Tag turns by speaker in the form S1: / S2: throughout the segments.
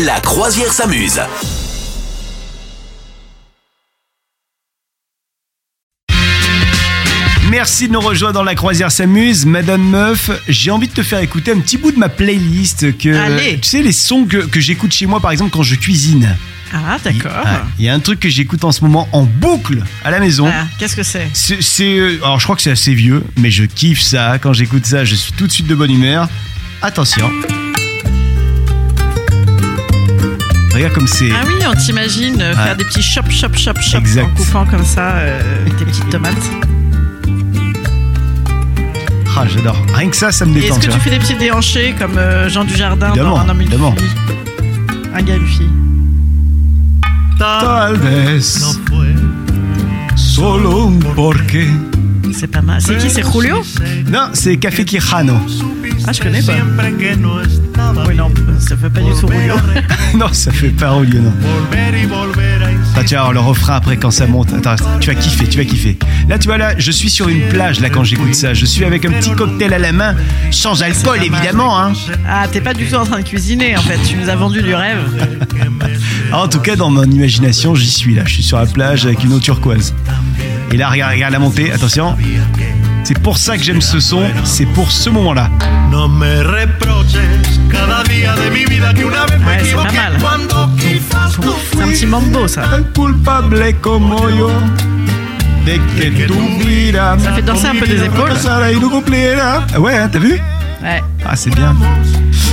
S1: La croisière s'amuse.
S2: Merci de nous rejoindre dans la croisière s'amuse, Madame Meuf. J'ai envie de te faire écouter un petit bout de ma playlist que
S3: Allez.
S2: tu sais les sons que, que j'écoute chez moi par exemple quand je cuisine.
S3: Ah,
S2: Il-
S3: d'accord.
S2: ouais, Il y a un truc que j'écoute en ce moment en boucle à la maison.
S3: Ah, Qu'est-ce que c'est
S2: C'est, c'est, euh, alors je crois que c'est assez vieux, mais je kiffe ça. Quand j'écoute ça, je suis tout de suite de bonne humeur. Attention. Regarde comme c'est.
S3: Ah oui, on t'imagine euh,
S2: Ouais.
S3: faire des petits chop, chop, chop, chop
S2: Exact.
S3: en coupant comme ça euh, des petites tomates.
S2: Ah, j'adore. Rien que ça, ça me
S3: Et
S2: détend.
S3: est-ce
S2: tu
S3: que tu
S2: vois.
S3: fais des petits déhanchés comme euh, Jean Dujardin
S2: Évidemment,
S3: dans Un homme et une
S2: évidemment.
S3: fille Un gars et une fille.
S2: Tal vez solo un porqué.
S3: C'est pas mal. C'est qui Euh, C'est Julio
S2: Non, c'est Café Quijano.
S3: Ah, je connais pas. Oui, non, ça fait pas du tout Julio.
S2: non, ça fait pas au non. Attends, tu vas voir le refrain après quand ça monte. Attends, tu vas kiffer, tu vas kiffer. Là, tu vois, là, je suis sur une plage, là, quand j'écoute ça. Je suis avec un petit cocktail à la main, sans alcool, évidemment, hein.
S3: Ah, t'es pas du tout en train de cuisiner en fait. Tu nous as vendu du rêve.
S2: En tout cas, dans mon imagination, j'y suis là. Je suis sur la plage avec une eau turquoise. Et là, regarde, regarde la montée. Attention. C'est pour ça que j'aime ce son. C'est pour ce moment-là.
S4: No me reproches cada día de mi vida que una vez me
S3: Ah, eso está
S4: equivoqué
S3: mal.
S4: cuando quizás tú
S3: C'est un petit mambo ça.
S2: culpable como yo de que
S4: tu
S2: miras.
S3: Ça fait danser un peu des épaules.
S2: Ouais, hein, t'as vu
S3: Ouais.
S2: Ah, c'est bien.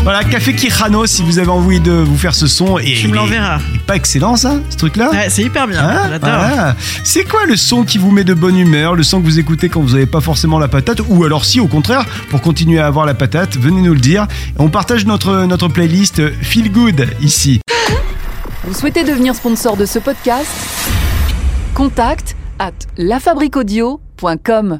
S2: Voilà, Café Quijano, si vous avez envie de vous faire ce son. Et
S3: Tu
S2: il
S3: me
S2: est-
S3: l'enverras.
S2: il est Pas excellent, ça, ce truc-là
S3: Ouais, c'est hyper bien.
S2: Hein
S3: J'adore.
S2: Voilà. C'est quoi le son qui vous met de bonne humeur, le son que vous écoutez quand vous n'avez pas forcément la patate, ou alors si au contraire, pour continuer à avoir la patate, venez nous le dire. On partage notre, notre playlist Feel Good ici.
S5: Vous souhaitez devenir sponsor de ce podcast Contact à lafabriquaudio.com.